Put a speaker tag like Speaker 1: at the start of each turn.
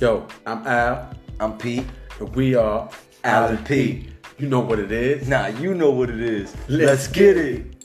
Speaker 1: Yo, I'm Al,
Speaker 2: I'm Pete.
Speaker 1: and we are
Speaker 2: Alan P.
Speaker 1: You know what it is.
Speaker 2: Nah, you know what it is.
Speaker 1: Let's
Speaker 2: Let's get it.